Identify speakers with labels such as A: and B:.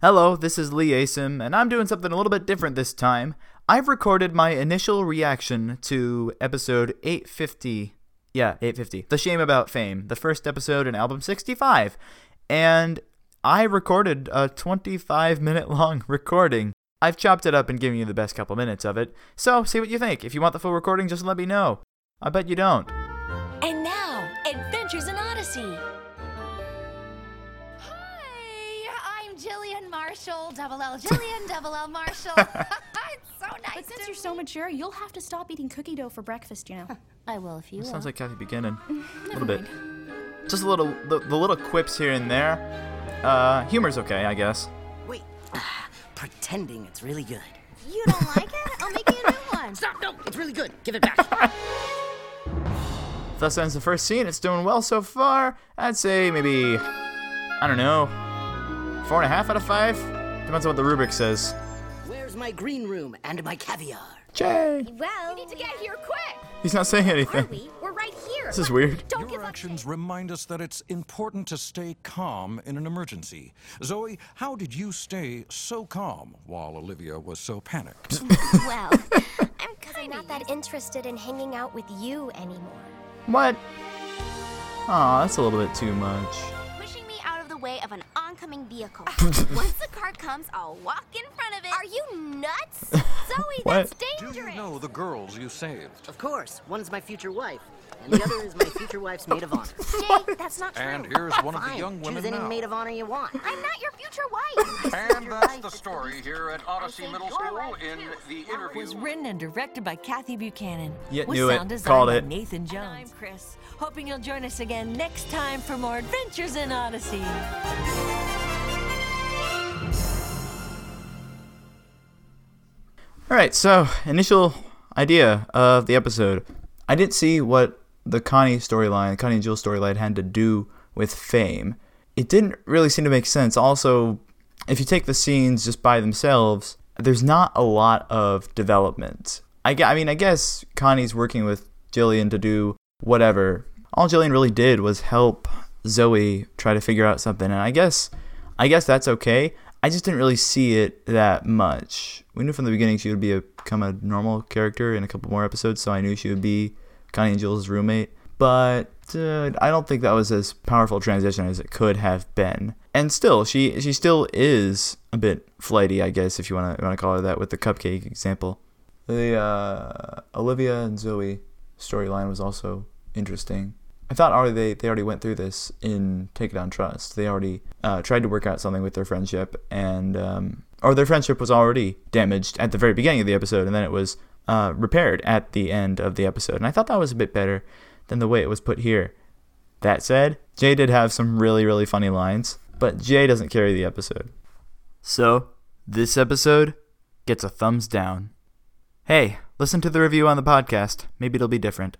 A: Hello, this is Lee Asim, and I'm doing something a little bit different this time. I've recorded my initial reaction to episode 850. Yeah, 850. The Shame About Fame, the first episode in album 65. And I recorded a 25 minute long recording. I've chopped it up and given you the best couple minutes of it. So, see what you think. If you want the full recording, just let me know. I bet you don't.
B: And now, Adventures in Odyssey.
C: Hi, I'm Jillian Marshall, double L Jillian, double L Marshall. it's so nice.
D: But since
C: to
D: you're so mature, you'll have to stop eating cookie dough for breakfast, you know.
B: I will if you will.
A: Sounds like Kathy Buchanan. A little bit. Just a little, the, the little quips here and there. Uh, humor's okay, I guess.
E: Wait, pretending it's really good.
C: you don't like it, I'll make you a new one.
E: Stop! No, it's really good. Give it back.
A: Thus ends the first scene. It's doing well so far. I'd say maybe, I don't know, four and a half out of five. Depends on what the rubric says.
E: Where's my green room and my caviar?
A: Jay!
C: Well, we need to get here quick.
A: He's not saying anything.
C: We, we're right here.
A: This is weird.
C: Don't give
F: Your
C: up.
F: actions remind us that it's important to stay calm in an emergency. Zoe, how did you stay so calm while Olivia was so panicked?
G: Well, I'm kind of not that interested in hanging out with you anymore.
A: What? Aw, that's a little bit too much.
B: pushing me out of the way of an oncoming vehicle.
C: Once the car comes, I'll walk in front of it. Are you nuts? Zoe,
A: What?
C: that's
F: Do
C: dangerous.
F: you know the girls you saved?
E: Of course, one's my future wife, and the other is my future wife's maid of honor.
G: Jay, that's not true.
F: And here's one of the
E: Fine,
F: young women
E: choose any
F: now.
E: maid of honor you want.
C: I'm not your future wife.
F: And that's the story here at Odyssey Middle School in the
H: was
F: interview.
H: written and directed by Kathy Buchanan.
A: Yet
H: with
A: knew it.
H: sound design
A: Called
H: by
A: it.
H: Nathan Jones. I'm Chris. Hoping you'll join us again next time for more adventures in Odyssey.
A: Alright, so, initial idea of the episode. I didn't see what the Connie storyline, Connie and Jill storyline, had to do with fame. It didn't really seem to make sense. Also, if you take the scenes just by themselves, there's not a lot of development. I, gue- I mean, I guess Connie's working with Jillian to do whatever. All Jillian really did was help Zoe try to figure out something, and I guess, I guess that's okay. I just didn't really see it that much. We knew from the beginning she would be a, become a normal character in a couple more episodes, so I knew she would be Connie and Jill's roommate, but uh, I don't think that was as powerful a transition as it could have been. And still, she she still is a bit flighty, I guess, if you want to want to call her that, with the cupcake example. The uh, Olivia and Zoe storyline was also interesting. I thought already they, they already went through this in Take It on Trust. They already uh, tried to work out something with their friendship, and um, or their friendship was already damaged at the very beginning of the episode, and then it was uh, repaired at the end of the episode. And I thought that was a bit better than the way it was put here. That said, Jay did have some really really funny lines, but Jay doesn't carry the episode. So this episode gets a thumbs down. Hey, listen to the review on the podcast. Maybe it'll be different.